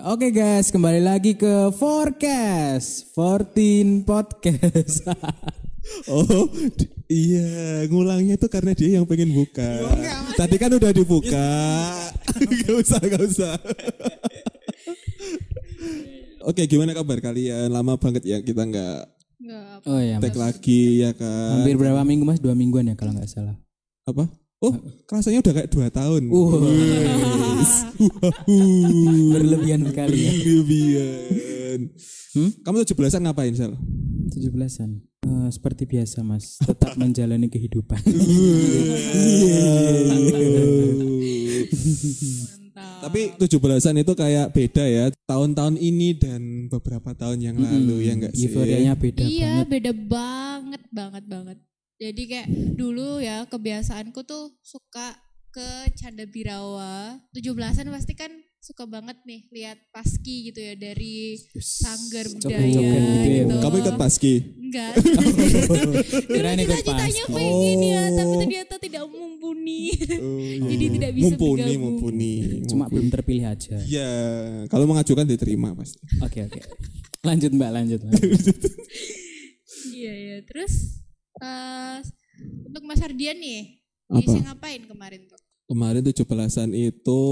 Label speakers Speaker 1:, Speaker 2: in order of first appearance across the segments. Speaker 1: Oke guys, kembali lagi ke Forecast 14 Podcast.
Speaker 2: Oh di- iya ngulangnya itu karena dia yang pengen buka. Tadi kan udah dibuka. gak usah gak usah. Oke gimana kabar kalian? Lama banget ya kita nggak
Speaker 3: Enggak.
Speaker 1: Oh iya,
Speaker 2: tag lagi ya kan?
Speaker 1: hampir berapa minggu mas? Dua mingguan ya kalau nggak salah.
Speaker 2: Apa? Oh kerasanya udah kayak dua tahun.
Speaker 1: Uh.
Speaker 2: Wes.
Speaker 1: Berlebihan sekali ya.
Speaker 2: Berlebihan. iya, Kamu 17-an ngapain sel?
Speaker 1: 17-an. Eh, seperti biasa mas, tetap menjalani kehidupan.
Speaker 2: Tapi 17-an itu kayak beda ya tahun-tahun ini dan beberapa tahun yang
Speaker 3: Hmm.
Speaker 2: lalu ya enggak sih?
Speaker 1: Euforianya beda
Speaker 3: Iya,
Speaker 1: banget.
Speaker 3: beda banget banget banget. Jadi kayak dulu ya kebiasaanku tuh suka ke Canda Birawa. 17-an pasti kan suka banget nih lihat paski gitu ya dari sanggar budaya
Speaker 1: joget-joget gitu ya.
Speaker 3: gitu.
Speaker 2: Kamu ikut paski?
Speaker 3: Enggak.
Speaker 1: Kirain Oh,
Speaker 3: Dulu
Speaker 1: ikut
Speaker 3: cita-citanya
Speaker 1: paski.
Speaker 3: pengen
Speaker 2: Oh.
Speaker 3: ya, tapi ternyata tidak mumpuni. Jadi tidak bisa
Speaker 2: mumpuni,
Speaker 3: bergabung.
Speaker 2: mumpuni.
Speaker 1: Cuma belum terpilih aja.
Speaker 2: Ya, kalau mengajukan diterima pasti.
Speaker 1: Oke oke. Lanjut mbak, lanjut. lanjut.
Speaker 3: Iya ya. Terus eh, untuk Mas Hardian nih,
Speaker 2: Apa?
Speaker 3: bisa ngapain kemarin tuh?
Speaker 2: Kemarin 17-an itu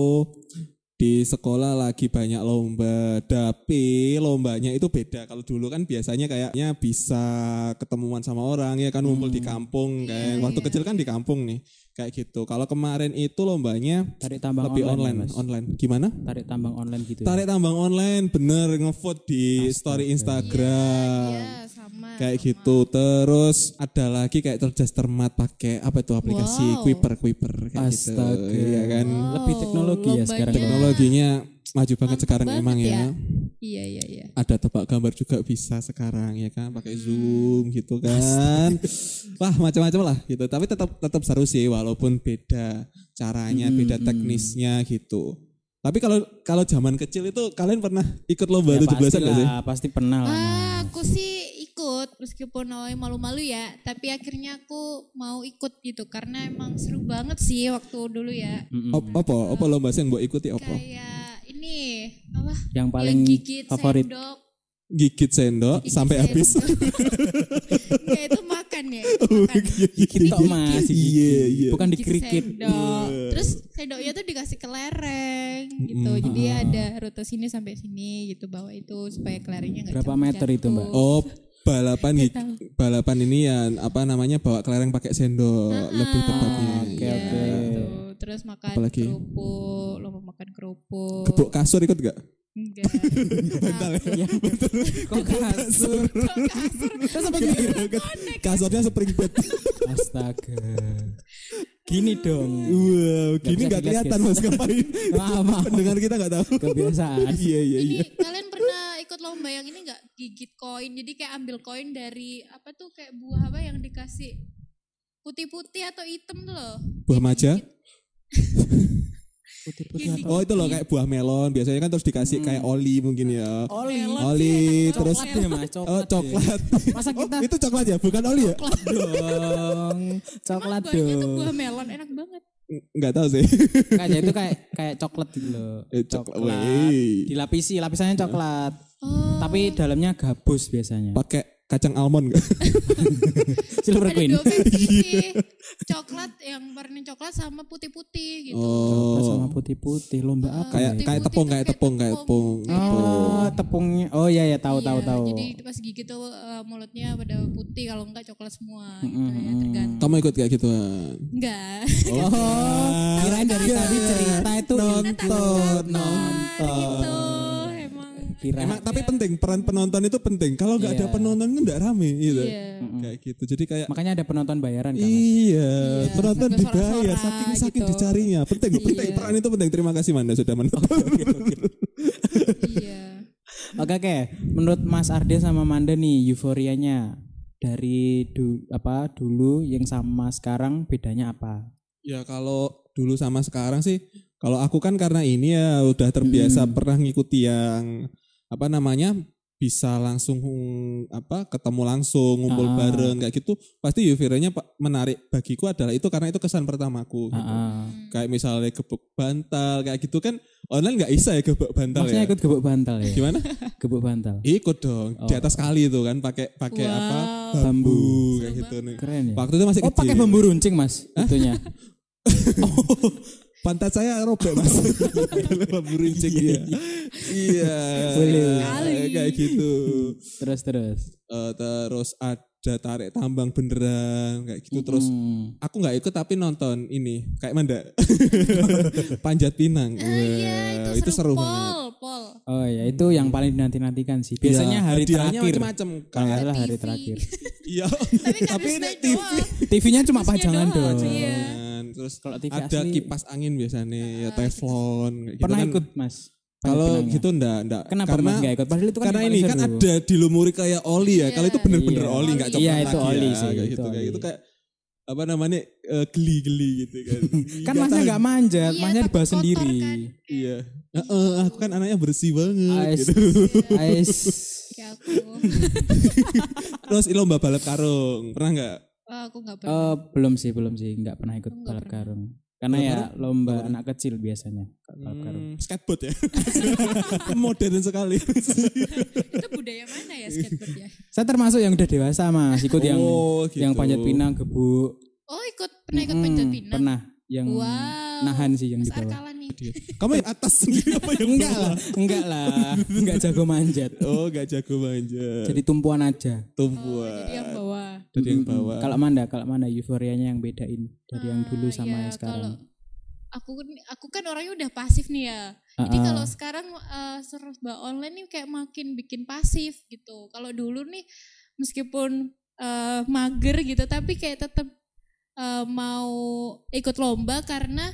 Speaker 2: di sekolah lagi banyak lomba, tapi lombanya itu beda. Kalau dulu kan biasanya kayaknya bisa ketemuan sama orang ya kan ngumpul di kampung kan. Waktu kecil kan di kampung nih. Kayak gitu. Kalau kemarin itu lombanya
Speaker 1: Tarik tambang
Speaker 2: lebih
Speaker 1: Oh, online, Mas.
Speaker 2: online, online. Gimana?
Speaker 1: Tarik tambang online gitu. ya?
Speaker 2: Tarik tambang online bener ngevote di story Instagram.
Speaker 3: Iya, sama.
Speaker 2: Kayak gitu. Terus ada lagi kayak cerdas cermat pakai apa itu aplikasi
Speaker 3: Wow.
Speaker 2: Quiper Quiper kayak
Speaker 1: Astaga.
Speaker 2: gitu. Iya kan.
Speaker 1: Lebih
Speaker 3: Oh,
Speaker 1: teknologi ya sekarang.
Speaker 3: gitu.
Speaker 2: Teknologinya maju banget
Speaker 3: Mantap
Speaker 2: sekarang
Speaker 3: banget
Speaker 2: emang ya.
Speaker 3: ya. Iya, iya, iya.
Speaker 2: Ada tebak gambar juga bisa sekarang ya kan pakai Zoom gitu kan. Wah, macam-macam lah gitu. Tapi tetap tetap seru sih walaupun beda caranya, beda teknisnya gitu. Tapi kalau kalau zaman kecil itu kalian pernah ikut lomba
Speaker 1: Ya,
Speaker 2: 17-an gak sih?
Speaker 1: pastilah, pasti pernah lah. Mas.
Speaker 3: Ah, aku sih ikut meskipun awalnya malu-malu ya, tapi akhirnya aku mau ikut gitu karena emang seru banget sih waktu dulu ya.
Speaker 1: Hmm.
Speaker 2: Op- Apa apa lomba sih yang mbok ikuti apa?
Speaker 3: Kayak ini apa?
Speaker 1: Yang paling
Speaker 3: gigit
Speaker 1: favorit.
Speaker 3: sendok.
Speaker 2: Gigit sendok
Speaker 3: Gigit
Speaker 2: sampai
Speaker 3: sendok.
Speaker 2: habis.
Speaker 3: Enggak itu makan ya.
Speaker 1: Oh,
Speaker 3: Makan.
Speaker 1: Dikit tok mas, dikit.
Speaker 2: Iya, iya.
Speaker 1: gitu. Bukan
Speaker 3: Gigit
Speaker 1: dikerikit.
Speaker 3: Sendok.
Speaker 1: Iya.
Speaker 3: Terus sendoknya tuh dikasih ke lereng gitu.
Speaker 1: Hmm,
Speaker 3: Jadi ada rute sini sampai sini gitu bawa itu supaya kelerengnya enggak
Speaker 1: Berapa meter itu, Mbak?
Speaker 2: Oh, balapan gig- balapan ini ya apa namanya bawa kelereng pakai sendok lebih tepatnya.
Speaker 1: Oke
Speaker 3: Ya,
Speaker 1: oke.
Speaker 3: itu. Terus makan
Speaker 2: Iya, Apalagi?
Speaker 3: kerupuk, lomba makan kerupuk.
Speaker 2: Gebuk kasur ikut gak?
Speaker 3: Enggak.
Speaker 1: Ya, Kok kasur? Kok sampai gigit?
Speaker 2: Kasurnya spring bed.
Speaker 1: Astaga. Gini dong.
Speaker 2: wow, gini
Speaker 1: bisa
Speaker 2: nggak
Speaker 1: dijelas,
Speaker 2: kelihatan mas ngapain?
Speaker 1: Maaf, maaf.
Speaker 2: Pendengar kita nggak tahu.
Speaker 1: Kebiasaan.
Speaker 2: Iya iya
Speaker 3: Ini
Speaker 2: iya.
Speaker 3: kalian pernah ikut lomba yang ini enggak gigit koin. Jadi kayak ambil koin dari apa tuh kayak buah apa yang dikasih putih-putih atau hitam tuh loh.
Speaker 2: Buah maja.
Speaker 1: Putih-putih apa?
Speaker 2: Oh itu loh kayak buah melon. Biasanya kan terus dikasih kayak oli mungkin ya.
Speaker 1: Oli.
Speaker 2: Oli terus
Speaker 1: Coklat ya mas,
Speaker 2: oh,
Speaker 1: coklat.
Speaker 2: coklat.
Speaker 1: Masa
Speaker 2: Oh,
Speaker 1: kita
Speaker 2: itu coklat ya, bukan oli ya?
Speaker 1: dong. Coklat
Speaker 3: Buahnya tuh
Speaker 1: dong.
Speaker 3: buah melon enak banget.
Speaker 2: Nggak tahu sih.
Speaker 1: Kayaknya itu kayak kayak coklat gitu loh.
Speaker 2: Eh, coklat, wey.
Speaker 1: Dilapisi, lapisannya coklat.
Speaker 3: Oh.
Speaker 1: Tapi dalamnya gabus biasanya.
Speaker 2: Pakai kacang almond nggak?
Speaker 1: Silver
Speaker 3: Ada
Speaker 1: Queen.
Speaker 3: dua versi sih. Coklat yang warna coklat sama putih-putih gitu.
Speaker 1: Coklat
Speaker 2: Oh,
Speaker 1: sama putih-putih lomba apa?
Speaker 2: kayak
Speaker 1: ya?
Speaker 2: kayak tepung, kayak tepung, kayak tepung.
Speaker 1: Oh, tepungnya. Oh iya ya tahu tahu
Speaker 3: Iya,
Speaker 1: tahu.
Speaker 3: Jadi pas gigit tuh eh, mulutnya pada putih kalau enggak coklat semua gitu ya tergantung.
Speaker 2: Kamu ikut kayak gitu, gituan?
Speaker 3: Enggak.
Speaker 1: Oh, kirain dari tadi cerita itu nonton,
Speaker 3: gitu emang.
Speaker 1: Kira
Speaker 2: Emang tapi penting peran penonton itu penting. Kalau nggak ada penonton itu nggak rame gitu.
Speaker 3: Iya.
Speaker 2: Kayak gitu. Jadi kayak
Speaker 1: makanya ada penonton bayaran kan. Mas?
Speaker 2: Iya, penonton
Speaker 3: sampai
Speaker 2: dibayar
Speaker 3: sorak-sorak
Speaker 2: saking saking
Speaker 3: gitu.
Speaker 2: dicarinya. Penting, penting. Peran itu penting. Terima kasih Manda sudah menonton.
Speaker 3: iya.
Speaker 1: Oke oke, menurut Mas Arde sama Manda nih euforianya dari du, apa dulu yang sama sekarang bedanya apa?
Speaker 2: ya kalau dulu sama sekarang sih, kalau aku kan karena ini ya udah terbiasa pernah ngikuti yang apa namanya bisa langsung apa ketemu langsung ngumpul bareng kayak gitu pasti euforia-nya pa- menarik bagiku adalah itu karena itu kesan pertamaku gitu.
Speaker 1: Ah,
Speaker 2: kayak misalnya gebuk bantal kayak gitu kan Online nggak bisa ya gebuk bantal
Speaker 1: Maksudnya
Speaker 2: ya? Iya.
Speaker 1: ikut gebuk bantal ya.
Speaker 2: Gimana?
Speaker 1: Gebuk bantal.
Speaker 2: Ikut dong. Di
Speaker 1: Oh.
Speaker 2: atas kali itu kan pakai pakai
Speaker 3: Wow.
Speaker 2: apa? Bambu,
Speaker 1: Bambu.
Speaker 2: kayak
Speaker 3: Seru
Speaker 2: gitu nih.
Speaker 1: Keren ya.
Speaker 2: Waktu itu masih
Speaker 1: Oh,
Speaker 2: kecil.
Speaker 1: pakai bambu Oh. runcing, Mas. Itunya.
Speaker 2: Pantat saya robek mas. Karena bambu runcing ya. Iya.
Speaker 1: Boleh.
Speaker 2: Kayak gitu.
Speaker 1: Terus terus.
Speaker 2: Eh, terus ada tarik tambang beneran kayak gitu. Terus
Speaker 1: Hmm.
Speaker 2: aku nggak ikut tapi nonton ini kayak manda panjat pinang
Speaker 3: Ah, iya,
Speaker 2: Wah,
Speaker 3: itu, seru, pol,
Speaker 2: banget
Speaker 3: pol.
Speaker 1: Oh ya, itu yang paling dinanti-nantikan sih. Biasanya
Speaker 2: Ya,
Speaker 1: hari
Speaker 2: hadiahnya
Speaker 1: terakhir.
Speaker 2: macam-macam
Speaker 1: Kalau nggak
Speaker 2: kayak
Speaker 1: salah hari
Speaker 3: TV.
Speaker 1: terakhir.
Speaker 2: iya
Speaker 3: Tapi tapi
Speaker 2: nek
Speaker 3: TV.
Speaker 1: TV-nya cuma pajangan
Speaker 3: doang,
Speaker 1: dong.
Speaker 3: iya.
Speaker 2: Jangan. Kan, terus
Speaker 1: Kalau TV
Speaker 2: ada
Speaker 1: asli-
Speaker 2: kipas angin biasanya ya teflon kayak gitu
Speaker 1: Pernah
Speaker 2: kan.
Speaker 1: ikut, Mas?
Speaker 2: kalau
Speaker 1: Pinangnya.
Speaker 2: gitu enggak enggak
Speaker 1: Kenapa
Speaker 2: karena
Speaker 1: Mas nggak ikut? Padahal itu kan
Speaker 2: karena
Speaker 1: yang
Speaker 2: ini
Speaker 1: paling
Speaker 2: kan
Speaker 1: seru.
Speaker 2: ada dilumuri kayak oli ya.
Speaker 3: Iya.
Speaker 2: Kalau itu bener-bener
Speaker 1: Iya.
Speaker 2: oli nggak
Speaker 3: Oli.
Speaker 2: coklat
Speaker 1: Iya, itu
Speaker 2: lagi
Speaker 1: oli
Speaker 2: ya,
Speaker 1: sih,
Speaker 2: kayak
Speaker 1: itu
Speaker 2: gitu kayak
Speaker 1: oli.
Speaker 2: itu kayak apa namanya eh, geli-geli gitu kan.
Speaker 1: Kan masnya
Speaker 2: tahan.
Speaker 1: nggak manjat,
Speaker 3: Iya,
Speaker 1: masnya
Speaker 3: takut
Speaker 1: dibahas
Speaker 3: kotor
Speaker 1: sendiri.
Speaker 3: kan.
Speaker 2: Iya. Heeh, aku kan anaknya bersih banget
Speaker 1: Ais.
Speaker 2: gitu.
Speaker 1: Ais.
Speaker 3: Kayak aku.
Speaker 2: Terus lomba balap karung. Pernah nggak?
Speaker 3: Oh, aku nggak pernah.
Speaker 1: Eh, belum sih, belum sih, nggak pernah ikut
Speaker 3: Nggak
Speaker 1: balap
Speaker 3: pernah.
Speaker 1: karung. Karena
Speaker 2: Balap
Speaker 1: ya lomba
Speaker 2: Balap
Speaker 1: anak kecil biasanya balap karung.
Speaker 2: Hmm, skateboard ya. Modern sekali.
Speaker 3: Itu budaya mana ya skateboard ya?
Speaker 1: Saya termasuk yang udah dewasa mas, ikut yang
Speaker 2: Oh,
Speaker 1: yang
Speaker 2: gitu.
Speaker 1: panjat pinang, gebuk.
Speaker 3: Oh, ikut pernah ikut
Speaker 1: Mm-mm,
Speaker 3: panjat pinang.
Speaker 1: Pernah yang
Speaker 3: Wow.
Speaker 1: nahan gitu. sih yang
Speaker 3: Mas
Speaker 1: di bawah.
Speaker 3: Arkala nih.
Speaker 2: Kamu yang atas sendiri
Speaker 1: Iya,
Speaker 2: apa yang
Speaker 1: Enggak
Speaker 2: bawah?
Speaker 1: lah, enggak lah, enggak jago manjat.
Speaker 2: Oh, enggak jago manjat.
Speaker 1: Jadi tumpuan aja.
Speaker 3: Oh,
Speaker 2: tumpuan.
Speaker 3: jadi yang bawah.
Speaker 2: Jadi yang
Speaker 1: Mm-mm.
Speaker 2: bawah.
Speaker 1: Kalau manda, kalau manda euforianya yang bedain dari yang dulu
Speaker 3: Ah,
Speaker 1: sama
Speaker 3: ya,
Speaker 1: yang sekarang.
Speaker 3: kalau- Aku kan aku kan orangnya udah pasif nih ya. Jadi
Speaker 1: Ah, ah.
Speaker 3: kalau sekarang eh, serba online nih kayak makin bikin pasif gitu. Kalau dulu nih meskipun eh, mager gitu tapi kayak tetap eh, mau ikut lomba karena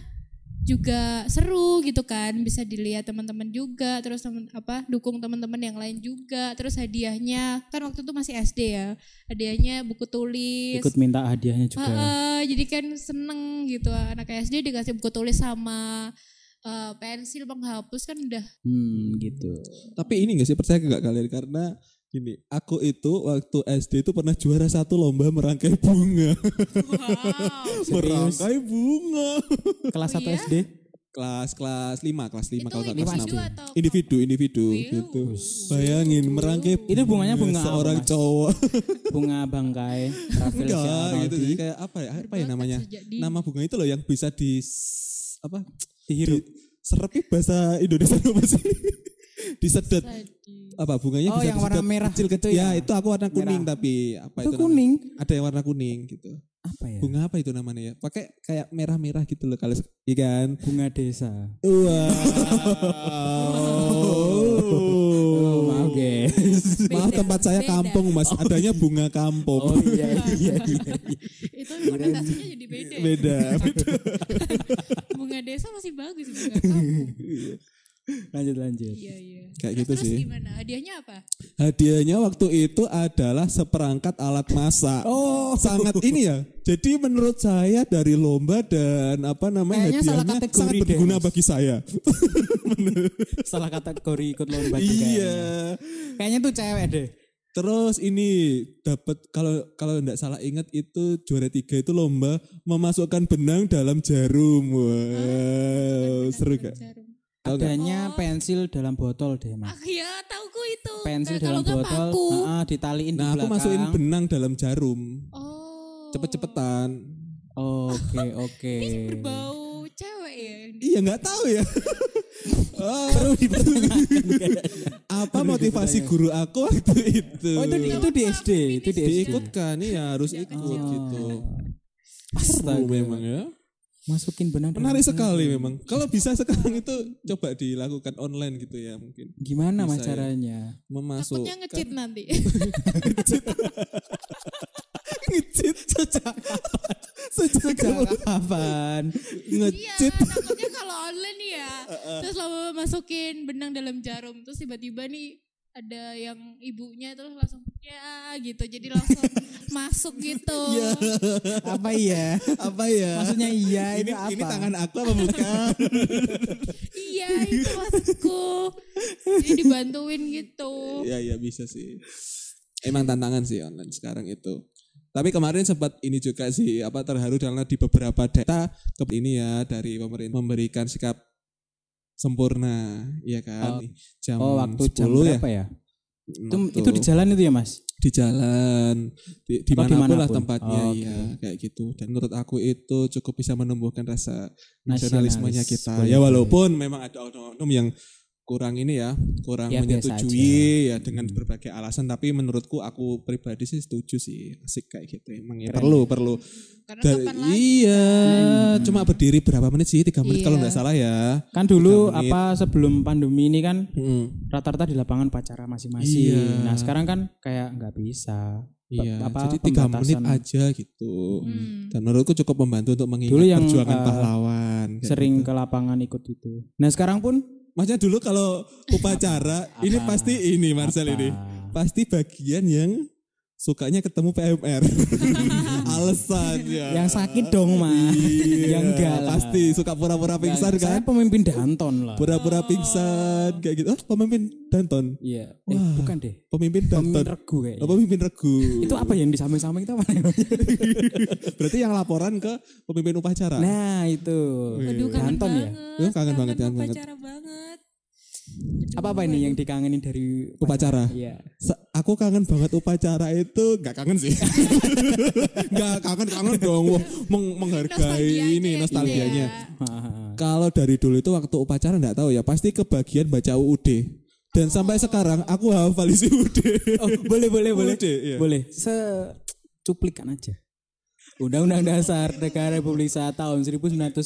Speaker 3: juga seru gitu kan bisa dilihat teman-teman juga terus temen apa dukung teman-teman yang lain juga terus hadiahnya kan waktu itu masih SD ya hadiahnya buku tulis
Speaker 1: ikut minta hadiahnya juga.
Speaker 3: Heeh, jadi kan seneng gitu anak SD dikasih buku tulis sama eh, pensil penghapus kan udah
Speaker 1: Hmm, gitu.
Speaker 2: Tapi ini gak sih percaya gak kalian karena gini, aku itu waktu SD itu pernah juara satu lomba merangkai bunga.
Speaker 3: wow
Speaker 1: Serius?
Speaker 2: merangkai bunga.
Speaker 1: Kelas
Speaker 3: Oh
Speaker 1: 1
Speaker 3: iya?
Speaker 1: SD?
Speaker 2: Kelas kelas 5, kelas 5
Speaker 3: itu
Speaker 2: kalau nggak kelas
Speaker 3: individu
Speaker 1: enam.
Speaker 3: atau Iya.
Speaker 2: Individu, individu
Speaker 3: Wih.
Speaker 2: gitu. Bayangin merangkai
Speaker 1: Itu bunganya bunga apa,
Speaker 2: seorang
Speaker 1: Mas?
Speaker 2: cowok.
Speaker 1: Bunga Bangkai, Rafael
Speaker 2: Enggak gitu. Jadi
Speaker 1: Syaraudi,
Speaker 2: kayak apa ya? Apa ya
Speaker 3: Berbakat
Speaker 2: namanya?
Speaker 3: sejak dini.
Speaker 2: Nama bunga itu loh yang bisa di apa?
Speaker 1: dihirup.
Speaker 2: Serepi bahasa Indonesia apa sih? Disedot
Speaker 3: Tadi.
Speaker 2: apa
Speaker 1: Oh,
Speaker 2: bunganya bisa
Speaker 1: yang warna
Speaker 2: disedot
Speaker 1: merah
Speaker 2: kecil
Speaker 1: gitu
Speaker 2: kecil
Speaker 1: ya?
Speaker 2: ya itu aku warna kuning
Speaker 1: Merah.
Speaker 2: tapi apa
Speaker 1: Itu
Speaker 2: itu, namanya?
Speaker 1: kuning.
Speaker 2: ada yang warna kuning gitu
Speaker 1: Apa ya?
Speaker 2: bunga apa itu namanya ya pakai kayak merah merah gitu loh kalau iya kan
Speaker 1: Bunga desa.
Speaker 2: wow
Speaker 1: Oh, maaf guys.
Speaker 2: maaf
Speaker 3: Beda,
Speaker 2: tempat saya
Speaker 3: beda.
Speaker 2: kampung mas adanya bunga kampung
Speaker 1: iya. Oh iya iya iya.
Speaker 3: itu konotasinya jadi beda ya.
Speaker 2: beda beda
Speaker 3: bunga desa masih bagus bunga kampung
Speaker 1: Lanjut lanjut.
Speaker 3: iya iya
Speaker 2: kayak gitu
Speaker 3: terus
Speaker 2: sih
Speaker 3: gimana hadiahnya apa
Speaker 2: Hadiahnya waktu itu adalah seperangkat alat masak.
Speaker 1: Oh.
Speaker 2: sangat ini ya. Jadi menurut saya dari lomba dan apa namanya
Speaker 1: Kayaknya salah
Speaker 2: hadiahnya
Speaker 1: kategori
Speaker 2: sangat
Speaker 1: deh,
Speaker 2: berguna
Speaker 1: Mas.
Speaker 2: bagi saya.
Speaker 1: Salah kategori ikut lomba tuh
Speaker 2: iya.
Speaker 1: kayaknya. Kayaknya tuh cewek deh.
Speaker 2: Terus ini dapat kalau kalau nggak salah ingat itu juara tiga itu lomba memasukkan benang dalam jarum. Wow, seru gak?
Speaker 3: Jarum.
Speaker 2: Tahu nggak?
Speaker 1: Adanya pensil dalam botol deh mas.
Speaker 3: ah ya tauku itu
Speaker 1: Pensil
Speaker 3: Kalau
Speaker 1: dalam
Speaker 3: nggak
Speaker 1: botol,
Speaker 3: paku.
Speaker 1: heeh, ditaliin di
Speaker 2: Nah aku
Speaker 1: belakang.
Speaker 2: masukin benang dalam jarum.
Speaker 3: oh
Speaker 2: Cepet-cepetan.
Speaker 1: Oke oke.
Speaker 3: berbau cewek ya yang di-
Speaker 2: Iya nggak tahu ya. Ah, apa motivasi guru aku waktu itu?
Speaker 1: Oh itu di, ya? itu di SD, itu di Oh. SD.
Speaker 2: diikutkan iya harus ikut
Speaker 1: kecil.
Speaker 2: gitu.
Speaker 1: Ah,
Speaker 2: Seru
Speaker 1: Astaga.
Speaker 2: memang ya.
Speaker 1: Masukin benang. dalam
Speaker 2: Menarik
Speaker 1: botol.
Speaker 2: sekali memang. Kalau bisa sekarang itu coba dilakukan online gitu ya mungkin.
Speaker 1: Gimana mas
Speaker 2: Bisa ya.
Speaker 1: caranya?
Speaker 2: Memasuk.
Speaker 3: takutnya ngecit nanti
Speaker 2: Ngecit sejak sejak
Speaker 1: Sejak kapan?
Speaker 3: iya
Speaker 2: ngecit.
Speaker 3: takutnya kalau online nih ya terus lama masukin benang dalam jarum terus tiba-tiba nih ada yang ibunya terus langsung ya gitu jadi langsung masuk gitu
Speaker 2: Iya.
Speaker 1: Apa iya?
Speaker 2: Apa ya?
Speaker 1: Maksudnya iya itu
Speaker 2: ini,
Speaker 1: apa?
Speaker 2: ini tangan aku apa bukan?
Speaker 3: iya itu maksudku jadi dibantuin gitu
Speaker 2: Iya iya bisa sih. Emang tantangan sih online sekarang itu. Tapi kemarin sempat ini juga sih apa terharu karena di beberapa data ke- ini ya dari pemerintah memberikan sikap sempurna, iya kan? Jam
Speaker 1: Oh, waktu
Speaker 2: 10
Speaker 1: jam
Speaker 2: ya.
Speaker 1: berapa ya? Itu,
Speaker 2: Waktu-
Speaker 1: itu di jalan itu ya, Mas?
Speaker 2: di jalan di, dimanapun, lah
Speaker 1: dimanapun.
Speaker 2: tempatnya
Speaker 1: Oh, oke.
Speaker 2: ya kayak gitu dan menurut aku itu cukup bisa menumbuhkan rasa
Speaker 1: Nasionalis.
Speaker 2: nasionalismenya kita
Speaker 1: Boleh,
Speaker 2: ya
Speaker 1: boleh.
Speaker 2: walaupun memang ada oknum-oknum yang kurang ini ya kurang
Speaker 1: Ya, biasa
Speaker 2: menyetujui ya dengan
Speaker 1: Hmm.
Speaker 2: berbagai alasan tapi menurutku aku pribadi sih setuju sih asik kayak gitu emang ya
Speaker 1: Keren.
Speaker 2: perlu perlu
Speaker 3: Karena
Speaker 2: Dan-
Speaker 3: kapan lagi?
Speaker 2: iya
Speaker 1: Hmm.
Speaker 2: cuma berdiri berapa menit sih tiga menit kalau
Speaker 3: Iya.
Speaker 2: nggak salah ya
Speaker 1: Kan dulu
Speaker 2: Tiga menit.
Speaker 1: apa sebelum pandemi ini kan
Speaker 2: Mm,
Speaker 1: rata-rata di lapangan pacara masing-masing.
Speaker 2: Iya.
Speaker 1: Nah, sekarang kan kayak nggak bisa.
Speaker 2: iya
Speaker 1: apa,
Speaker 2: jadi tiga menit
Speaker 1: pembatasan.
Speaker 2: aja gitu
Speaker 3: Hmm.
Speaker 2: dan menurutku cukup membantu untuk mengingat
Speaker 1: Dulu yang,
Speaker 2: perjuangan
Speaker 1: eh,
Speaker 2: pahlawan kayak
Speaker 1: Sering
Speaker 2: gitu.
Speaker 1: ke lapangan ikut itu. Nah, sekarang pun
Speaker 2: Maksudnya dulu kalau upacara
Speaker 1: Apa?
Speaker 2: ini pasti ini Marcel
Speaker 1: apa?
Speaker 2: ini pasti bagian yang sukanya ketemu PMR alasan
Speaker 3: Iya.
Speaker 2: ya
Speaker 1: Yang sakit dong, Mas.
Speaker 2: Iya,
Speaker 1: Yang enggak lah.
Speaker 2: pasti suka pura-pura pingsan
Speaker 1: Saya
Speaker 2: kan
Speaker 1: pemimpin Danton lah.
Speaker 2: pura-pura pingsan kayak gitu oh pemimpin Danton
Speaker 1: Iya. Eh,
Speaker 2: Wah.
Speaker 1: bukan deh. Pemimpin
Speaker 2: pemimpin Danton
Speaker 1: regu kayaknya.
Speaker 2: Oh, pemimpin regu
Speaker 1: Itu apa yang di samping-samping itu apa?
Speaker 2: Nah. berarti yang laporan ke pemimpin upacara
Speaker 1: nah, itu.
Speaker 3: Aduh, kangen
Speaker 1: Danton ya.
Speaker 3: banget.
Speaker 2: Aduh, kangen banget, kangen banget.
Speaker 3: upacara banget.
Speaker 1: Apa-apa ini yang dikangenin dari
Speaker 2: upacara
Speaker 1: Iya.
Speaker 2: Se- aku kangen banget upacara itu nggak kangen sih nggak kangen kangen dong Wah, meng- menghargai
Speaker 3: Nostalgia aja
Speaker 2: ini
Speaker 3: ya,
Speaker 2: nostalgianya
Speaker 3: iya.
Speaker 2: kalau dari dulu itu waktu upacara nggak tahu ya pasti kebagian baca UUD dan sampai sekarang aku hafal isi UUD
Speaker 1: oh, boleh boleh boleh.
Speaker 2: UUD, iya.
Speaker 1: Boleh. Secuplikan aja. Undang-Undang Dasar Negara Republik Indonesia tahun 1945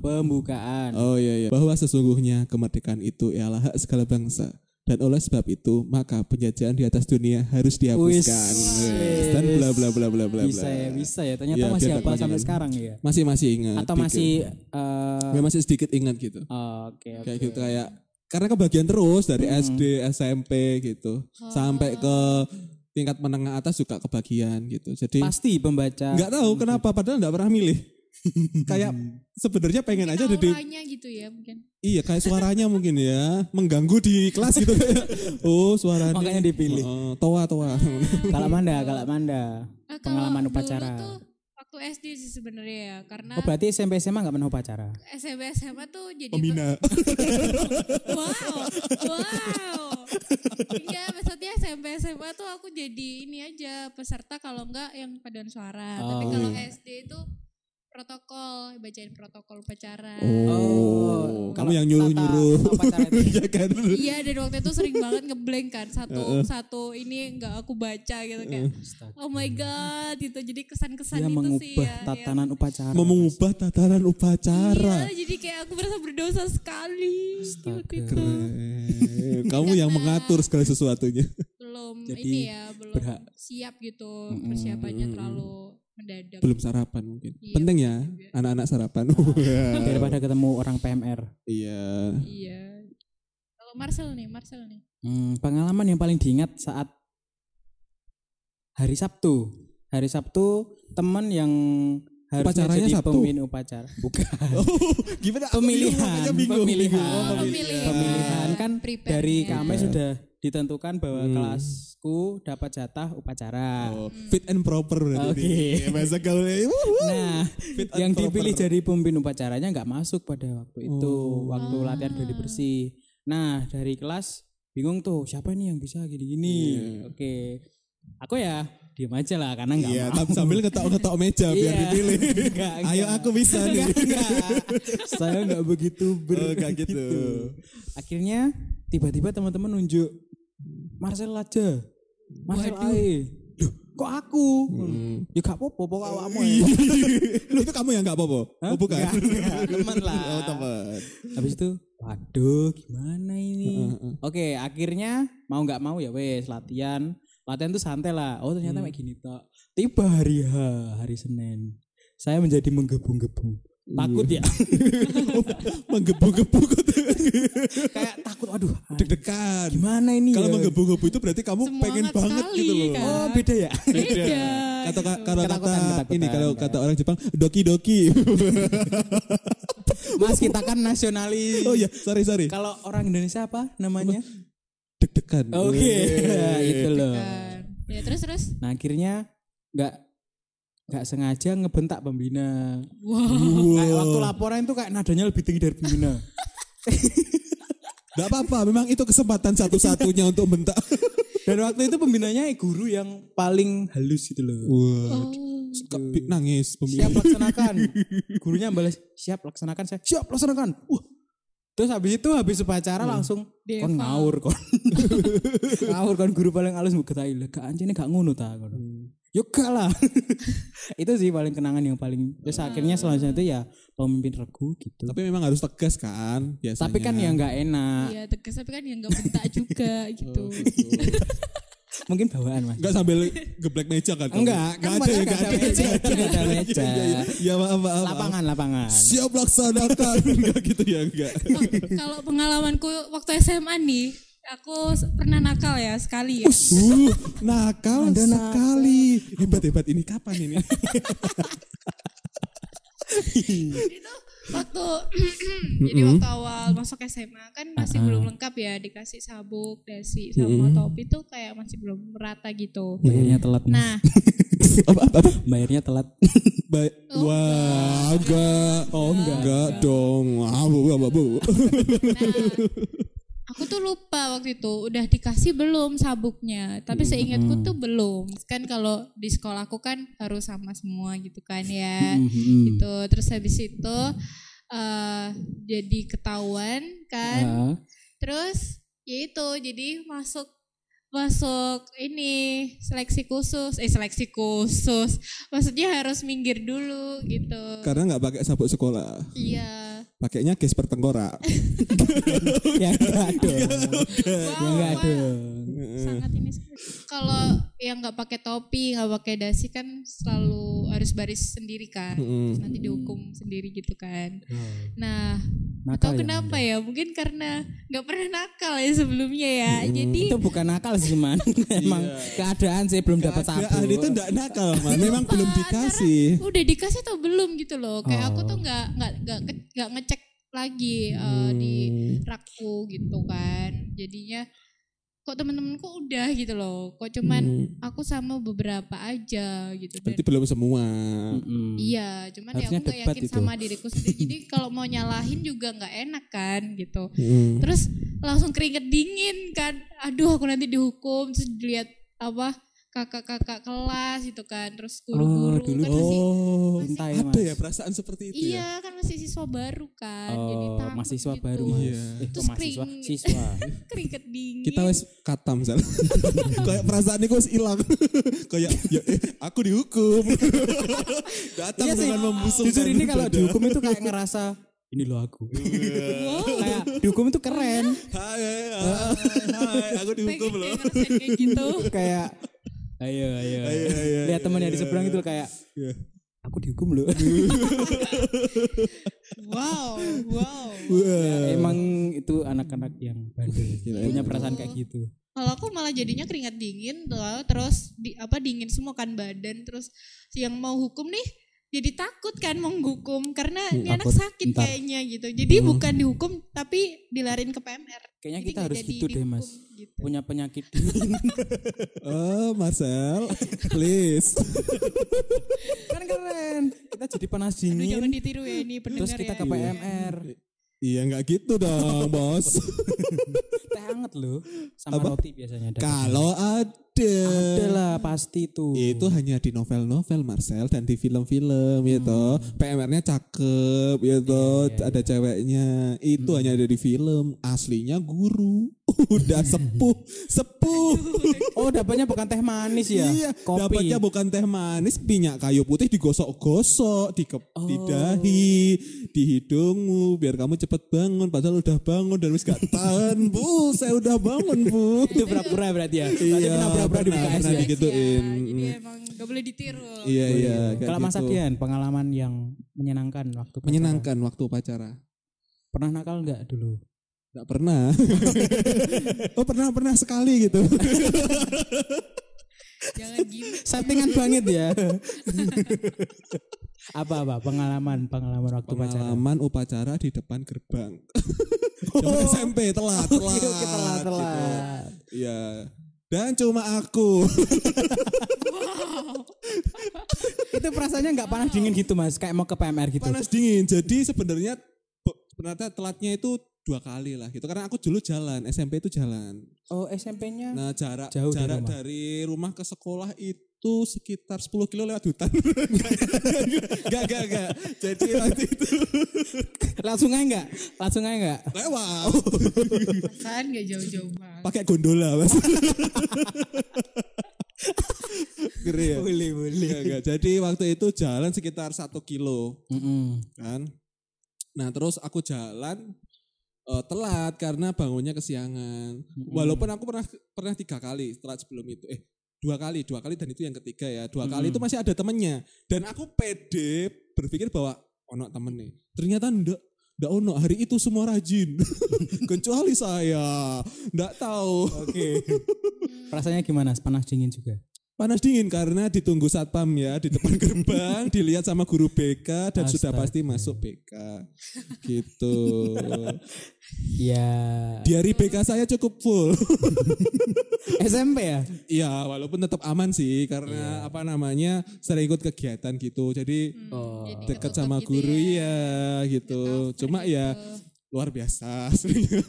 Speaker 1: pembukaan.
Speaker 2: oh iya iya bahwa sesungguhnya kemerdekaan itu ialah hak segala bangsa dan oleh sebab itu maka penjajahan di atas dunia harus
Speaker 1: Wis.
Speaker 2: dihapuskan Wis. dan bla bla bla bla bla
Speaker 1: Bisa
Speaker 2: bla.
Speaker 1: ya, bisa ya. Ternyata
Speaker 2: Iya,
Speaker 1: masih apa
Speaker 2: biar gak
Speaker 1: sampai
Speaker 2: kepanjangan.
Speaker 1: sekarang ya?
Speaker 2: masih masih ingat
Speaker 1: Atau
Speaker 2: dikit.
Speaker 1: masih eh,
Speaker 2: ya, masih sedikit ingat gitu
Speaker 1: oke oke.
Speaker 2: kayak gitu kayak karena kebagian terus dari
Speaker 1: Hmm.
Speaker 2: SD SMP gitu sampai ke tingkat menengah atas juga kebagian gitu jadi
Speaker 1: Pasti pembaca.
Speaker 2: nggak tahu kenapa padahal nggak pernah milih kayak sebenarnya pengen aja ada di
Speaker 3: Auranya gitu ya mungkin.
Speaker 2: iya kayak suaranya mungkin ya mengganggu di kelas gitu kayak oh suaranya
Speaker 1: Makanya dipilih.
Speaker 2: Oh, toa toa
Speaker 1: Kalau Manda, kalau Manda.
Speaker 3: Ah, kalau
Speaker 1: Pengalaman
Speaker 3: dulu
Speaker 1: upacara.
Speaker 3: tuh waktu SD sih sebenarnya ya, karena
Speaker 1: Oh berarti SMP SMA nggak pernah upacara.
Speaker 3: SMP SMA tuh jadi
Speaker 2: pembina
Speaker 3: wow wow enggak maksudnya SMP SMA tuh aku jadi ini aja peserta kalau enggak yang paduan suara tapi
Speaker 1: Oh.
Speaker 3: kalau SD itu protokol bacain protokol upacara
Speaker 2: oh kamu yang nyuruh nyuruh
Speaker 1: Tata upacara itu.
Speaker 2: iya kan
Speaker 3: iya dan waktu itu sering banget ngeblank kan satu satu ini enggak aku baca gitu kayak oh my god gitu jadi kesan-kesan
Speaker 1: Dia
Speaker 3: itu sih
Speaker 1: mengubah
Speaker 3: ya, ya.
Speaker 1: tatanan upacara.
Speaker 2: mau mengubah tataran upacara
Speaker 3: Iya, jadi kayak aku merasa berdosa sekali waktu itu.
Speaker 2: Keren. Eh, kamu yang mengatur segala sesuatunya
Speaker 3: Belum
Speaker 1: Jadi
Speaker 3: ini ya, belum
Speaker 1: berhak.
Speaker 3: siap gitu. Persiapannya terlalu mendadak.
Speaker 2: belum sarapan mungkin.
Speaker 3: Iya,
Speaker 2: Penting ya anak-anak sarapan.
Speaker 1: daripada ketemu orang PMR.
Speaker 2: iya.
Speaker 3: Iya. Kalau Marcel nih, Marcel nih.
Speaker 1: Hmm, pengalaman yang paling diingat saat hari Sabtu. Hari Sabtu teman yang harusnya
Speaker 2: Upacaranya
Speaker 1: jadi
Speaker 2: Sabtu?
Speaker 1: pemimpin upacara. Bukan.
Speaker 2: Oh, gimana? Aku
Speaker 1: Pemilihan,
Speaker 2: bingung, makanya bingung.
Speaker 1: pemilihan.
Speaker 2: Bingung. Oh, pemilihan.
Speaker 1: Pemilihan kan
Speaker 3: Prepare-nya.
Speaker 1: dari kami
Speaker 2: Prepare.
Speaker 1: sudah ditentukan bahwa
Speaker 2: Hmm.
Speaker 1: kelasku dapat jatah upacara.
Speaker 2: Oh, fit and proper berarti.
Speaker 1: Hmm. Oke.
Speaker 2: Iya, Bahasa gaulnya. Wuhu.
Speaker 1: Nah,
Speaker 2: Fit and
Speaker 1: yang dipilih
Speaker 2: proper.
Speaker 1: jadi pemimpin upacaranya nggak masuk pada waktu itu, waktu latihan geladi bersih. Nah, dari kelas bingung tuh siapa nih yang bisa gini-gini. Oke, aku ya diem aja lah karena nggak
Speaker 2: Iya,
Speaker 1: mau.
Speaker 2: tam- sambil ngetok-ngetok meja biar
Speaker 1: Iya.
Speaker 2: dipilih.
Speaker 1: Nggak,
Speaker 2: Ayo
Speaker 1: nggak.
Speaker 2: aku bisa nih.
Speaker 1: Nggak, nggak. Saya nggak begitu ber.
Speaker 2: Oh, nggak gitu.
Speaker 1: Akhirnya tiba-tiba teman-teman nunjuk Marcel aja. Marcel ae. Duh, kok aku? Ya gak apa-apa pokok awakmu. ae.
Speaker 2: Loh, itu kamu yang nggak apa-apa?
Speaker 1: Hah?
Speaker 2: Oh, bukan.
Speaker 1: Nggak, nggak, teman lah.
Speaker 2: Oh, teman.
Speaker 1: Habis itu, waduh gimana ini. Oke, akhirnya mau nggak mau ya wes latihan. Latihan tuh santai lah. Oh
Speaker 2: Hmm.
Speaker 1: ternyata kayak gini tok. Tiba hari H, hari Senin. Saya menjadi menggebu-gebu. Takut
Speaker 2: Iya.
Speaker 1: ya.
Speaker 2: Menggebu-gebu gitu.
Speaker 1: kayak takut aduh.
Speaker 2: Deg-degan.
Speaker 1: Gimana ini
Speaker 2: Kalau
Speaker 1: ya?
Speaker 2: menggebu-gebu itu berarti kamu
Speaker 3: Semangat
Speaker 2: pengen banget
Speaker 3: sekali,
Speaker 2: gitu loh.
Speaker 3: kan?
Speaker 1: Oh, beda ya.
Speaker 3: Beda.
Speaker 2: kata ka- kalau kata
Speaker 1: Ketakutan, ketakutan,
Speaker 2: ini kalau
Speaker 1: kayak.
Speaker 2: kata orang Jepang doki doki
Speaker 1: Mas kita kan nasionalis.
Speaker 2: oh iya sorry sorry
Speaker 1: Kalau orang Indonesia apa namanya?
Speaker 2: deg-degan
Speaker 1: Oke,
Speaker 2: Iya,
Speaker 1: itu loh.
Speaker 3: Kan. Ya terus terus.
Speaker 1: Nah, akhirnya nggak nggak sengaja ngebentak pembina.
Speaker 3: Wow.
Speaker 1: Iya. Kayak waktu laporan itu kayak nadanya lebih tinggi dari pembina.
Speaker 2: Gak apa-apa, memang itu kesempatan satu-satunya untuk bentak.
Speaker 1: Dan waktu itu pembinanya guru yang paling halus gitu loh.
Speaker 2: Wah,
Speaker 3: Oh.
Speaker 2: kepi- nangis
Speaker 1: Siap
Speaker 2: pembina.
Speaker 1: laksanakan. Gurunya balas, siap laksanakan saya. Siap laksanakan. Wah. Terus habis itu habis upacara langsung
Speaker 3: Deva.
Speaker 1: kon ngawur kon. ngawur kon guru paling halus mbok getai. Lah gak anjene gak ngono ta kon. Yo gak lah. itu sih paling kenangan yang paling terus akhirnya selanjutnya itu ya pemimpin regu gitu. Tapi,
Speaker 2: Tapi memang harus tegas kan biasanya.
Speaker 1: kan ya nggak enak.
Speaker 3: Iya tegas tapi kan yang nggak bentak juga gitu.
Speaker 1: Mungkin bawaan Mas.
Speaker 2: Enggak sambil geblek meja kan? kamu?
Speaker 1: Enggak, kan
Speaker 2: Nggak ada,
Speaker 1: malah
Speaker 2: nggak
Speaker 1: nggak
Speaker 2: ada,
Speaker 1: ada meja,
Speaker 2: nggak ada.
Speaker 1: nggak ada Oh, meja.
Speaker 2: Iya, iya, iya. Ya maaf, maaf. maaf.
Speaker 1: Lapangan, lapangan.
Speaker 2: Siap laksanakan. Enggak gitu ya, enggak.
Speaker 3: Oh, Kalau pengalamanku waktu SMA nih, aku s- pernah nakal ya sekali ya.
Speaker 2: Uh, nakal sekali. Hebat-hebat ini kapan ini?
Speaker 3: Waktu jadi waktu awal masuk SMA kan masih belum lengkap ya dikasih sabuk, dasi sama topi tuh kayak masih belum merata gitu.
Speaker 1: Bayarnya telat. Mas.
Speaker 3: Nah,
Speaker 2: apa, apa, apa?
Speaker 1: Bayarnya telat.
Speaker 2: Ba- Wah, enggak. Oh, enggak. Enggak dong. Wah, bu, bu, bu, bu.
Speaker 3: aku tuh lupa waktu itu udah dikasih belum sabuknya, tapi seingatku tuh belum. Kan kalau di sekolahku kan harus sama semua gitu kan ya.
Speaker 1: Mhm.
Speaker 3: gitu terus habis itu eh jadi ketahuan kan
Speaker 1: Ah.
Speaker 3: terus ya itu jadi masuk masuk ini seleksi khusus eh seleksi khusus maksudnya harus minggir dulu gitu
Speaker 2: Karena enggak pakai sabuk sekolah.
Speaker 3: iya
Speaker 2: Pakainya gas pertengkorak.
Speaker 1: ya enggak dong.
Speaker 3: Wow,
Speaker 1: ya enggak
Speaker 3: wah,
Speaker 1: dong.
Speaker 3: sangat ini sekali. kalau yang nggak pakai topi nggak pakai dasi kan selalu harus baris sendiri kan
Speaker 2: Mm-mm.
Speaker 3: terus nanti dihukum sendiri gitu kan nah
Speaker 1: Nakal
Speaker 3: Atau
Speaker 1: ya,
Speaker 3: kenapa ya? Mungkin karena nggak pernah nakal ya sebelumnya ya. Jadi
Speaker 1: Itu bukan nakal sih man. Emang Iya. keadaan sih belum dapat sabuk.
Speaker 2: Keadaan itu enggak nakal, Man. Memang belum dikasih.
Speaker 3: udah dikasih atau belum gitu loh. Kayak aku
Speaker 1: Oh.
Speaker 3: tuh nggak nggak nggak ke- nggak ngecek lagi eh,
Speaker 2: Hmm.
Speaker 3: di rakku gitu kan. Jadinya kok temen-temenku udah gitu loh. Kok cuman
Speaker 2: Hmm.
Speaker 3: aku sama beberapa aja gitu. Dan-
Speaker 2: Berarti belum semua.
Speaker 1: Mm-mm.
Speaker 3: Iya, cuman ya
Speaker 1: Hmm. Harusnya
Speaker 3: aku nggak
Speaker 1: debat
Speaker 3: yakin
Speaker 1: itu.
Speaker 3: sama diriku sendiri. Jadi kalau mau nyalahin juga nggak enak kan gitu.
Speaker 1: Iya.
Speaker 2: Mm.
Speaker 3: terus langsung keringet dingin kan aduh aku nanti dihukum terus dilihat apa kakak-kakak kelas gitu kan terus
Speaker 1: Oh,
Speaker 3: guru-guru
Speaker 1: dulu
Speaker 3: kan masih
Speaker 2: Oh,
Speaker 1: Entai,
Speaker 2: ada
Speaker 1: Mas.
Speaker 2: ya perasaan seperti itu ya.
Speaker 3: iya kan masih siswa baru kan jadi
Speaker 1: Oh,
Speaker 3: takut
Speaker 1: mahasiswa
Speaker 3: gitu.
Speaker 1: baru mas.
Speaker 2: Iya.
Speaker 1: Eh, kok
Speaker 3: Terus
Speaker 1: mahasiswa?
Speaker 3: kering.
Speaker 1: Siswa. Iya
Speaker 3: keringet dingin
Speaker 2: Kita wes katam sana. kayak perasaan itu wes hilang. kayak ya eh, aku dihukum. Datang
Speaker 1: Iya sih.
Speaker 2: dengan membusung.
Speaker 1: Jujur ini kalau dihukum itu kayak ngerasa ini loh aku. Iya. kayak dihukum itu keren.
Speaker 2: Hai, hai, hai, aku
Speaker 3: pengen
Speaker 2: dihukum loh.
Speaker 3: kayak ngerasain kayak gitu
Speaker 1: kayak ayo ayo,
Speaker 2: Ayo, ayo,
Speaker 1: lihat
Speaker 2: ayo,
Speaker 1: temannya di
Speaker 2: ayo.
Speaker 1: seberang itu kayak
Speaker 2: Iya.
Speaker 1: aku dihukum loh
Speaker 3: wow wow
Speaker 2: Wah.
Speaker 1: emang itu anak-anak yang bandel punya perasaan kayak gitu
Speaker 3: kalau aku malah jadinya keringat dingin tuh, terus di apa dingin semua kan badan terus si yang mau hukum nih jadi takut kan menghukum karena
Speaker 1: Hmm,
Speaker 3: ini anak
Speaker 1: takut.
Speaker 3: sakit
Speaker 1: Bentar.
Speaker 3: kayaknya gitu jadi bukan dihukum tapi dilarin ke PMR
Speaker 1: kayaknya
Speaker 3: Jadi
Speaker 1: kita
Speaker 3: nggak
Speaker 1: harus
Speaker 3: jadi
Speaker 1: gitu deh mas
Speaker 3: dihukum, gitu.
Speaker 1: punya penyakit dingin
Speaker 2: Oh, Marcel, please.
Speaker 1: kan keren kita jadi panas
Speaker 3: Aduh,
Speaker 1: dingin
Speaker 3: jangan ditiru ya ini
Speaker 1: terus
Speaker 3: pendengar
Speaker 1: kita
Speaker 3: ya.
Speaker 1: ke PMR
Speaker 2: Iya nggak gitu dong, Bos.
Speaker 1: teh hangat loh sama
Speaker 2: Apa?
Speaker 1: roti biasanya ada.
Speaker 2: kalau ada
Speaker 1: ada lah pasti tuh
Speaker 2: itu hanya di novel-novel Marcel dan di film-film gitu.
Speaker 1: Hmm.
Speaker 2: PMR-nya cakep gitu,
Speaker 1: Iya,
Speaker 2: ada ceweknya.
Speaker 1: Hmm.
Speaker 2: Itu hanya ada di film. Aslinya guru. Udah sepuh, sepuh.
Speaker 1: oh dapatnya bukan teh manis ya
Speaker 2: Iya,
Speaker 1: kopi
Speaker 2: dapatnya bukan teh manis, minyak kayu putih digosok-gosok, di,
Speaker 1: Oh.
Speaker 2: di dahi, di hidungmu biar kamu cepet bangun padahal udah bangun dan wis gak tahan, Bu. Saya udah bangun, Bu.
Speaker 1: itu pura-pura berarti ya berarti
Speaker 2: Iya,
Speaker 1: pernah pura-pura di
Speaker 2: pernah,
Speaker 1: BKS
Speaker 2: pernah
Speaker 1: ya?
Speaker 2: digituin.
Speaker 3: Ya, jadi emang gak boleh ditiru
Speaker 2: Iya, iya. kayak
Speaker 1: kalau Mas
Speaker 2: gitu.
Speaker 1: Adian pengalaman yang menyenangkan waktu pacaran.
Speaker 2: menyenangkan waktu upacara.
Speaker 1: pernah nakal nggak dulu
Speaker 2: Gak pernah. oh pernah pernah sekali gitu.
Speaker 3: jangan gini
Speaker 1: settingan banget ya apa apa pengalaman pengalaman waktu pacaran
Speaker 2: Pengalaman upacara di depan gerbang. Zaman SMP telat, telat.
Speaker 1: Oke, oke, telat,
Speaker 2: gitu.
Speaker 1: telat.
Speaker 2: Iya. Dan cuma aku.
Speaker 1: itu perasaannya nggak panas dingin gitu mas kayak mau ke PMR gitu
Speaker 2: Panas dingin. Jadi sebenarnya be- ternyata telatnya itu dua kali lah gitu karena aku dulu jalan SMP itu jalan
Speaker 1: Oh SMP-nya.
Speaker 2: nah jarak
Speaker 1: Jauh dari
Speaker 2: jarak
Speaker 1: rumah.
Speaker 2: dari rumah ke sekolah itu sekitar 10 kilo lewat hutan gak gak gak jadi nanti itu
Speaker 1: Langsung aja enggak? Langsung aja enggak?
Speaker 2: lewat
Speaker 3: kan gak jauh-jauh banget
Speaker 2: pakai gondola mas Ngeri ya?
Speaker 1: Boleh, boleh.
Speaker 2: Nggak, nggak. Jadi waktu itu jalan sekitar satu kilo
Speaker 1: Mm-mm.
Speaker 2: kan. Nah terus aku jalan eh, telat karena bangunnya kesiangan.
Speaker 1: Mm-mm.
Speaker 2: Walaupun aku pernah pernah tiga kali telat sebelum itu. Eh dua kali, dua kali dan itu yang ketiga ya. Dua kali
Speaker 1: Mm-mm.
Speaker 2: itu masih ada temennya. Dan aku pede berpikir bahwa ono temen nih. Ternyata ndak ndak ono hari itu semua rajin. Kecuali saya ndak tahu.
Speaker 1: Oke. Rasanya gimana? Panas dingin juga.
Speaker 2: Panas dingin karena ditunggu satpam ya di depan gerbang, dilihat sama guru BK dan sudah
Speaker 1: Astaga.
Speaker 2: pasti masuk BK. Gitu.
Speaker 1: Ya.
Speaker 2: Diari BK saya cukup full.
Speaker 1: SMP ya?
Speaker 2: Iya, walaupun tetap aman sih
Speaker 1: Iya.
Speaker 2: karena apa namanya sering ikut kegiatan gitu. Jadi
Speaker 3: Hmm,
Speaker 1: Oh.
Speaker 3: jadi
Speaker 2: dekat
Speaker 3: ketutup
Speaker 2: sama
Speaker 3: gitu
Speaker 2: guru
Speaker 1: iya.
Speaker 3: ya.
Speaker 2: ya, gitu.
Speaker 3: Cover
Speaker 2: Cuma
Speaker 3: gitu.
Speaker 2: ya luar biasa. aslinya.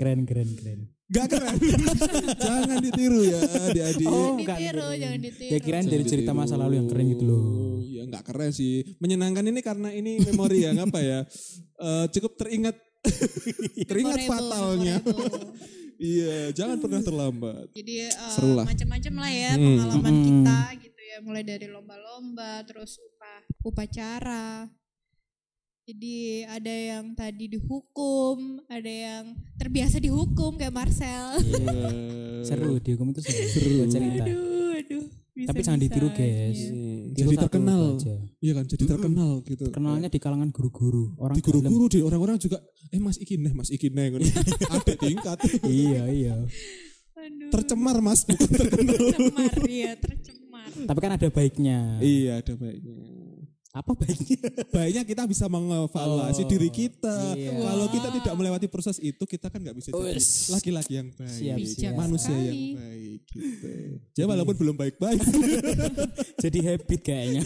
Speaker 1: Keren, keren, keren.
Speaker 2: Gak keren. Jangan ditiru ya, adik-adik.
Speaker 1: Oh,
Speaker 3: Jangan
Speaker 1: bukan.
Speaker 3: ditiru, jangan ditiru.
Speaker 1: Ya kirain
Speaker 2: Jangan
Speaker 1: dari cerita
Speaker 2: ditiru.
Speaker 1: masa lalu yang keren gitu loh.
Speaker 2: Ya nggak keren sih. Menyenangkan ini karena ini memori yang apa ya? Eh, cukup teringat teringat
Speaker 3: Memorable,
Speaker 2: fatalnya.
Speaker 3: memorable.
Speaker 2: Iya, jangan pernah terlambat.
Speaker 3: Jadi eh,
Speaker 2: Seru lah.
Speaker 3: macam-macam lah ya
Speaker 2: Hmm.
Speaker 3: pengalaman
Speaker 1: Hmm.
Speaker 3: kita gitu ya, mulai dari lomba-lomba, terus upah upacara. Jadi ada yang tadi dihukum, ada yang terbiasa dihukum kayak Marcel.
Speaker 2: Iya.
Speaker 1: Seru, dihukum itu seru. Buat cerita.
Speaker 3: Aduh, aduh. Bisa,
Speaker 1: Tapi jangan ditiru, guys.
Speaker 2: Hmm,
Speaker 1: Tiru
Speaker 2: jadi
Speaker 1: satu
Speaker 2: terkenal.
Speaker 1: itu aja.
Speaker 2: Iya kan, jadi terkenal gitu.
Speaker 1: Kenalnya di kalangan guru-guru. Orang
Speaker 2: di
Speaker 1: dalam.
Speaker 2: guru-guru di orang-orang juga eh Mas Ikineh, Mas Ikineh ngono. Ada tingkat.
Speaker 1: Iya, iya.
Speaker 3: Aduh,
Speaker 2: Tercemar Mas, bukan terkenal.
Speaker 3: tercemar ya, tercemar.
Speaker 1: Tapi kan ada baiknya.
Speaker 2: iya, ada baiknya.
Speaker 1: Apa baiknya?
Speaker 2: Baiknya kita bisa mengevaluasi
Speaker 1: Oh,
Speaker 2: diri kita.
Speaker 1: iya.
Speaker 2: Kalau kita tidak melewati proses itu, kita kan nggak bisa jadi
Speaker 1: Wes.
Speaker 2: laki-laki yang baik, Iya,
Speaker 1: Siap, siap.
Speaker 2: manusia
Speaker 3: Bijak
Speaker 2: yang
Speaker 3: sekali.
Speaker 2: baik. Gitu. Ya walaupun belum baik-baik,
Speaker 1: Jadi habit kayaknya.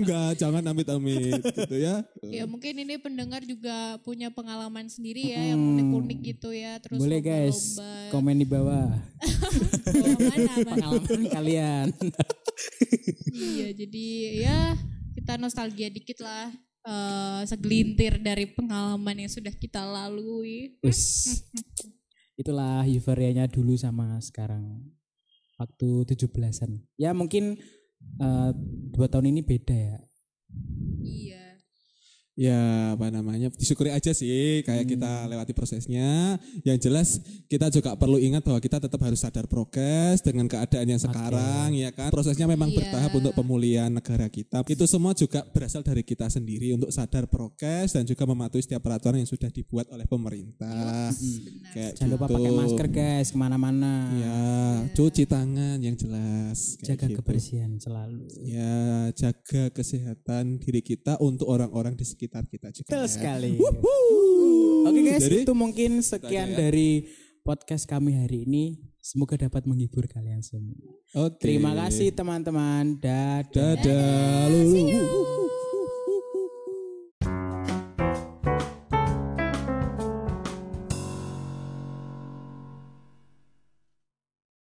Speaker 2: nggak jangan amit-amit gitu ya.
Speaker 3: Ya mungkin ini pendengar juga punya pengalaman sendiri ya yang unik-unik gitu ya. Terus
Speaker 1: Hmm. Boleh guys,
Speaker 3: lomba-lomba.
Speaker 1: komen di bawah
Speaker 3: Pengalaman apa?
Speaker 1: pengalaman kalian.
Speaker 3: Iya, jadi ya kita nostalgia dikit lah. eh, segelintir dari pengalaman yang sudah kita lalui.
Speaker 1: Wis. Itulah euforianya dulu sama sekarang. Waktu 17-an. Ya mungkin eh, dua tahun ini beda ya.
Speaker 3: Iya.
Speaker 2: Ya apa namanya, disyukuri aja sih kayak
Speaker 1: Hmm.
Speaker 2: kita lewati prosesnya. Yang jelas kita juga perlu ingat bahwa kita tetap harus sadar progres dengan keadaan yang sekarang ya kan. Prosesnya memang
Speaker 3: Iya.
Speaker 2: bertahap untuk pemulihan negara kita. Itu semua juga berasal dari kita sendiri untuk sadar progres dan juga mematuhi setiap peraturan yang sudah dibuat oleh pemerintah.
Speaker 3: benar.
Speaker 2: Kayak
Speaker 1: Iya, Jangan lupa
Speaker 2: gitu.
Speaker 1: pakai masker guys kemana-mana.
Speaker 2: Ya, cuci tangan yang jelas. kayak
Speaker 1: Jaga
Speaker 2: gitu.
Speaker 1: kebersihan selalu.
Speaker 2: Ya, jaga kesehatan diri kita untuk orang-orang di sekitar kita juga.
Speaker 1: Betul
Speaker 2: ya.
Speaker 1: sekali.
Speaker 2: Wuhu.
Speaker 1: Oke guys,
Speaker 2: Jadi-
Speaker 1: itu mungkin sekian
Speaker 2: aja ya.
Speaker 1: dari podcast kami hari ini. Semoga dapat menghibur kalian semua.
Speaker 2: Oke.
Speaker 1: Terima kasih teman-teman. Dadah.
Speaker 2: Dadah. Lu-
Speaker 3: See you.